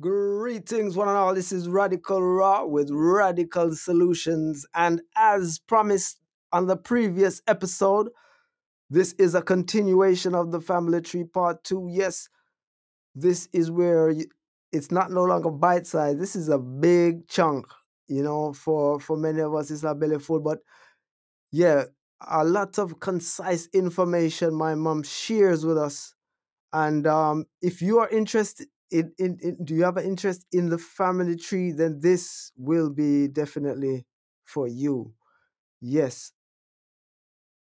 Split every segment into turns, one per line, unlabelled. Greetings, one and all. This is Radical Raw with Radical Solutions. And as promised on the previous episode, this is a continuation of the Family Tree Part 2. Yes, this is where y- it's not no longer bite size. This is a big chunk, you know, for, for many of us, it's a belly full. But yeah, a lot of concise information my mom shares with us. And um, if you are interested in, in, in, do you have an interest in the family tree? Then this will be definitely for you. Yes.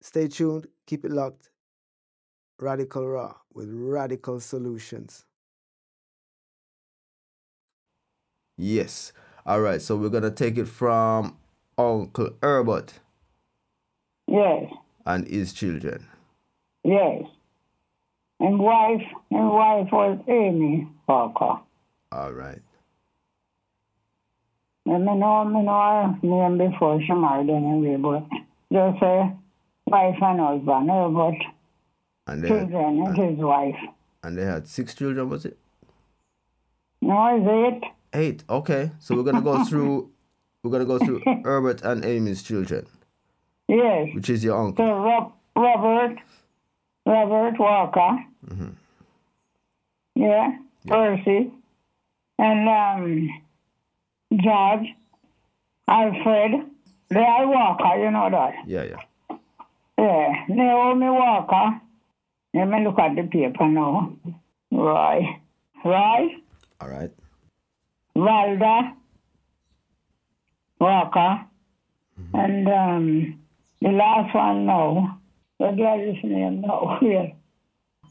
Stay tuned. Keep it locked. Radical Raw with Radical Solutions.
Yes. All right. So we're gonna take it from Uncle Herbert
Yes,
and his children.
yes. And wife, and wife was Amy Parker.
All right.
And me know, me know her name before she married anyway, but just say wife and husband, Herbert,
And they had,
children, and his wife.
and they had six children. Was it
No, is it?
eight? Okay. So we're gonna go through. We're gonna go through Herbert and Amy's children,
Yes.
which is your uncle.
So Ro- Robert, Robert Walker. Yeah, Percy. And um, George, Alfred. They are Walker, you know that.
Yeah. Yeah.
Yeah, Naomi Walker. Let me look at the paper now. Roy. Roy,
All right.
Valda, Walker. And um, the last one now. The girl is name now. Yeah.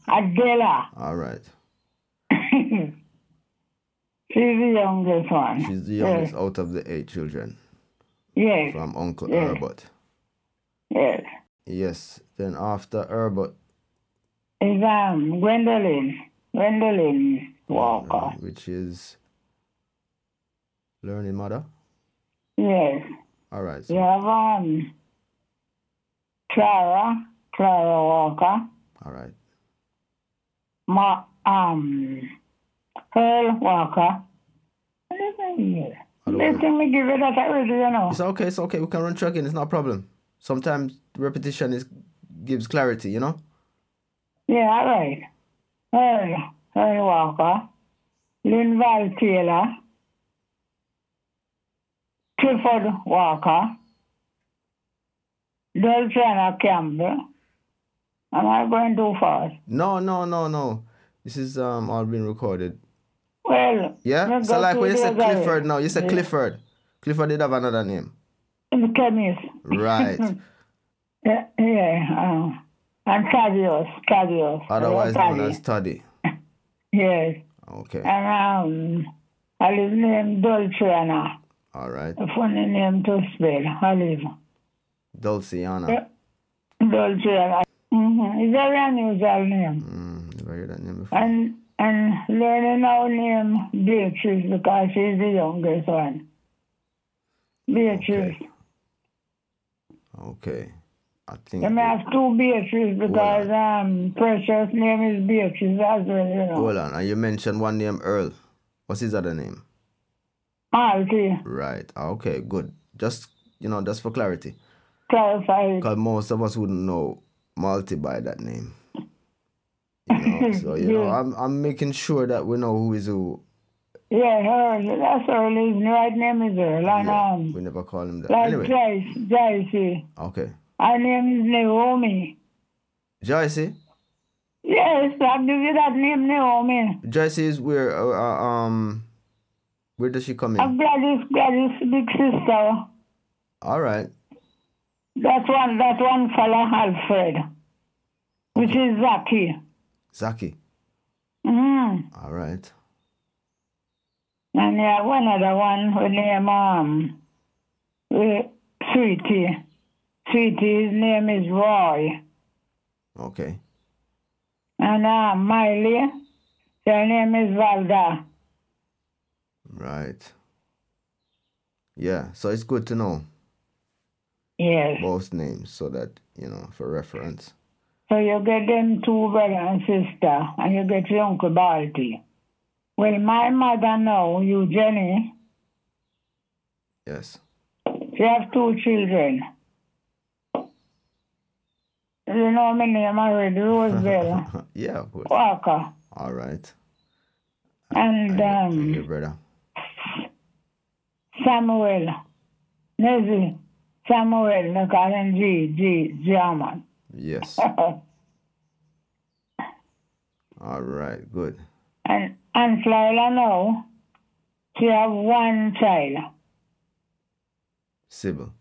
Adela.
All right.
She's the youngest one.
She's the youngest out of the eight children
Yes,
from Uncle
Yeah.
Herbert.
yes.
Yes. Then after Herbert,
It's um, Gwendolyn. Gwendolyn Walker.
uh, which is learning mother.
Yes.
All right. So,
You have um, Clara, Clara Walker,
All right.
Ma, um, Pearl Walker. What is that here?
Hello.
They think me give it that already, you know.
It's okay, it's okay. We can run through again. It's not a problem. Sometimes repetition is gives clarity, you know?
Yeah, all right. Pearl, Pearl Walker, Linval Taylor, Clifford Walker, Dolphina Campbell. Am I going too fast?
No, no, no, no. This is um all being recorded.
Well,
Yeah?
let's
So
go
like
to
when you
the
say
other way.
Clifford now, you say Clifford. Clifford did have another name.
In the chemist.
Right.
Yeah, yeah. Um, and Tavius, Tavius.
Otherwise known
Tavi.
as Toddy.
Yes.
Okay.
And um, Olive named Dolciana.
All right.
A funny name to spell, Olive.
Dulciana.
Yeah. Dolciana. Mm-hmm. It's a very unusual name.
Mm, never heard that name before.
And and learning now name Beatrice because she's the youngest one. Beatrice.
Okay. Okay. I think
You may have two Beatrices because um, Precious name is Beatrice as well, you know.
Hold on, and you mentioned one name Earl. What's his other name?
Malty,
Right. Okay, good. Just you know, just for clarity.
clarify it.
Because most of us wouldn't know Malty by that name. You know, so you know,
Yeah.
I'm I'm making sure that we know who is who.
Yeah, her, that's her his right name is Earl. And
Yeah,
um,
we never call him that.
like
Anyway,
Joyce, Joyce,
okay.
her name is Naomi.
Joycey,
Yes, I'll give you that name, Naomi.
Joycey is where uh, uh, um, where does she come
I'm
in?
Gladys, Gladys' big sister.
All right.
That one, that one fella, Alfred, which is Zaki.
Zaki.
Mm.
All right.
And yeah, one other one, her name, um, uh, Sweetie. Sweetie, his name is Roy.
Okay.
And uh, Miley, her name is Valda.
Right. Yeah. So it's good to know
Yes.
both names so that you know for reference.
So you get them two brother and sister, and you get your Uncle Balti. Well, my mother now, Eugenie,
Yes.
she have two children. You know my name already, Roseville
yeah, of course.
Walker.
All right. I
And
hear- I
um,
hear, brother.
Samuel. Nezzy. Samuel, they call him G, G, German.
Yes. All right. Good.
and, and Florida now, she have one child,
Sybil.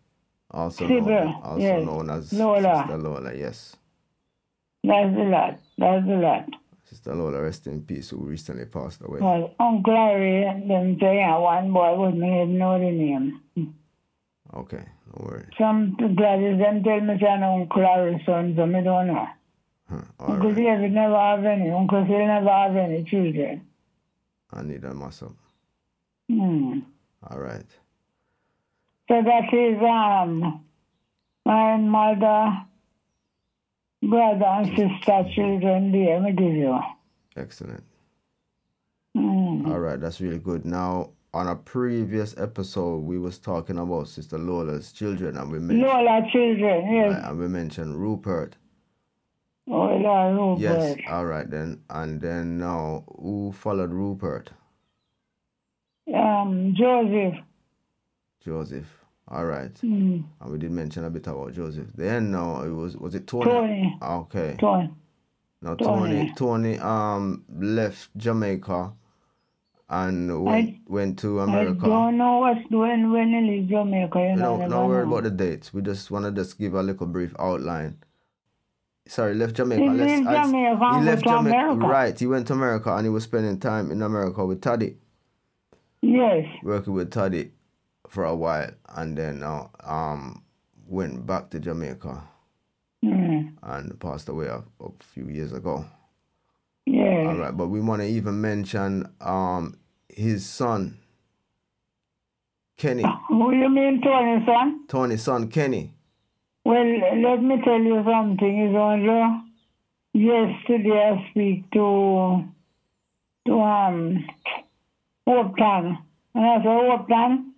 Also known,
Sybil,
also
yes.
known as
Lola.
Sister Lola. Yes.
That's a lot. That's a lot.
Sister Lola, rest in peace, who recently passed away.
Well, Uncle Larry, them say yeah, one boy wouldn't even know the name.
Okay. No worry.
Some Gladys, them tell me say an Uncle Larry's son, so me don't know.
Huh. All
Uncle
right.
David never have any. Uncle Phil never have any children.
I need that muscle.
Hmm.
All right.
So that is um, my mother, brother and sister, children there, me give you.
Excellent.
Hmm.
All right, that's really good. Now, on a previous episode, we was talking about Sister Lola's children, and we mentioned
Lola children, yes.
and we mentioned Rupert.
Oh, Lola Rupert.
Yes. All right then, and then now, who followed Rupert?
Um, Joseph.
Joseph. All right,
Hmm.
and we did mention a bit about Joseph. Then now it was was it Tony? Ah,
Tony.
Okay.
Tony.
Now Tony
Tony.
Tony um left Jamaica, and went went to America.
I don't know what's doing when he leave Jamaica, you
No,
know. never
no worry
know.
about the dates. We just want to just give a little brief outline. Sorry, left Jamaica.
He
Let's-
left
let's-
Jamaica and
he
went
left
to
Jamaica.
America.
Right, he went to America and he was spending time in America with Toddy,
Yes.
working with Toddy for a while, and then uh, um went back to Jamaica
Mm.
and passed away a, a few years ago.
Yes.
All right, but we want to even mention um his son Kenny,
Who you mean, Tony, son?
Tony's son Kenny.
Well, let me tell you something. It's only yesterday I speak to to um Wopton. And I said, Wopton,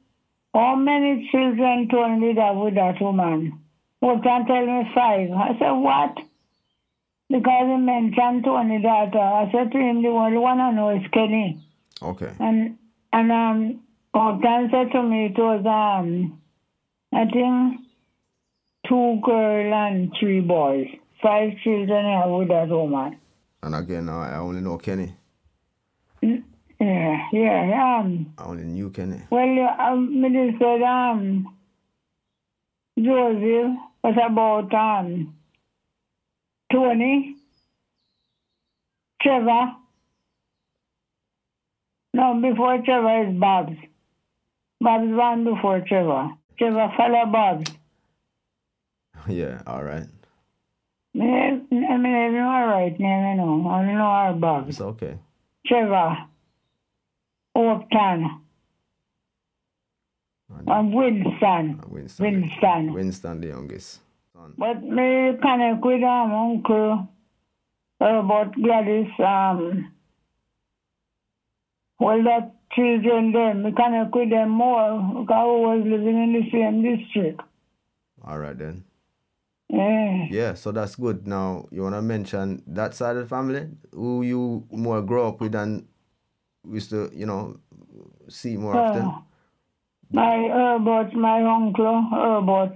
how many children Tony did have with that woman? Wopton tell me five. I said, what? Because he mentioned Tony that. uh, I said to him, the only one I know is Kenny.
Okay.
And and um Hortan said to me it was um I think two girl and three boys. Five children I with that woman.
And again, I I only know Kenny.
Yeah, yeah. Um
I only knew Kenny.
well um Mildred said um Joseph was about um Tony Trevor. No, before Trevor is Bob's. Bob's one before Trevor. Trevor follow Bob's.
Yeah, all right.
Me- I mean, I don't know her right name, you know. I don't know our Bob's.
It's okay.
Trevor. Oakton.
And
And
Winston.
Winston. Ah. Winston.
Winston the youngest. Son.
But me connect with um, uncle about Gladys. Um, well, that children them, me connect with them more because we was living in the same district. Eh,
All right then.
Yeah.
Yeah, so that's good. Now you wanna mention that side of the family who you more grow up with and used to, you know, see more often.
Uh, my about my uncle about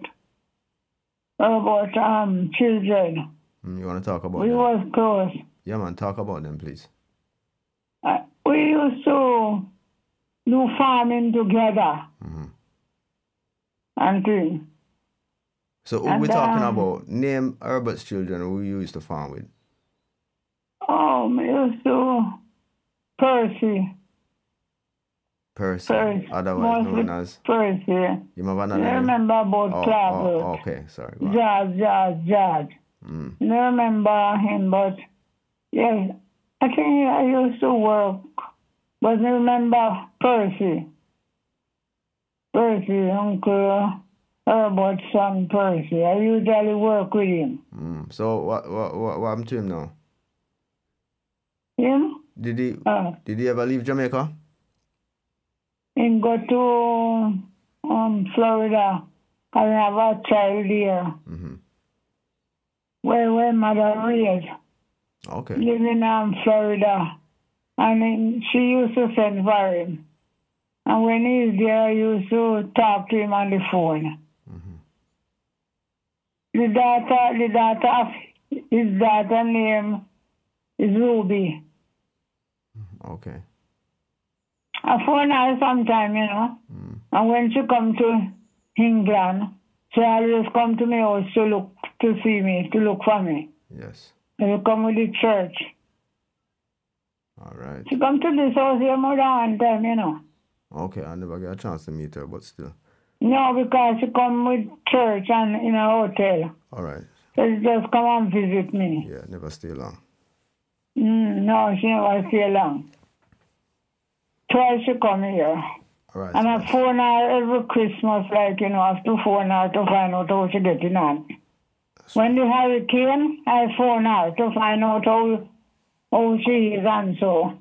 about um children.
Mm, you wanna talk about
We
them?
was close.
yeah, man. Talk about them, please.
Uh, we used to do farming together
hmm
and things.
So who
And,
we talking
um,
about? Name Herbert's children who you used to farm with.
Oh, we used to Percy.
Percy,
Percy.
otherwise
Mostly
known as.
Percy.
You remember
I
another name?
remember about
Oh,
Clark.
oh, okay. Sorry. go on.
George, George, George.
Mm.
I remember him, but yes, I think I used to work, but I remember Percy. Percy, Uncle Herbert's son Percy. I usually work with him.
Mm. So what what what what happened to him now?
Him?
Did he
Uh,
did he ever leave Jamaica?
and go to um, Florida. I have a child here.
hmm
Where where mother raised,
Okay.
living in Florida, and then she used to send for him. And when he's there, I used to talk to him on the phone.
Mhm.
The daughter, the daughter, of his daughter name is Ruby.
Okay.
I phone her sometime, you know.
Mm.
And when she come to England, she always come to my house to look to see me, to look for me.
Yes.
She will come with the church.
All right.
She come to this house here more than one time, you know.
Okay. I never get a chance to meet her, but still.
No, because she come with church and in a hotel.
All right.
So she just come and visit me.
Yeah. Never stay long.
Mm, no, she never stay long. Twice she come here.
All right.
And
so
I
that's-
phone her every Christmas, like, you know, I have to phone her to find out how she getting on. When the hurricane, I phone her to find out how, how she is and so.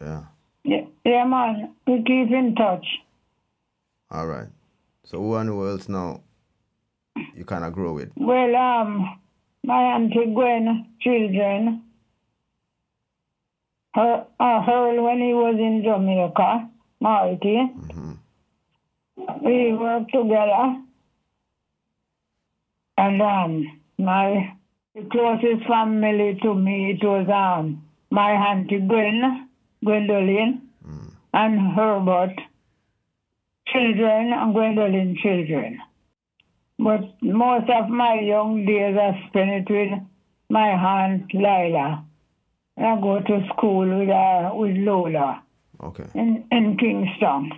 yeah.
Yeah, yeah, man, we keep in touch.
All right. So who and who else now? You kind of grow with.
Well, um, my auntie Gwen children, her, uh, her when he was in Jamaica, Marty,
hmm
we worked together. And um, my the closest family to me it was um my auntie Gwen, Gwendolyn,
Mm.
and Herbert children and Gwendolyn children. But most of my young days I spent it with my aunt Lila. And I go to school uh, with her, with Lola
Okay.
in, in Kingston.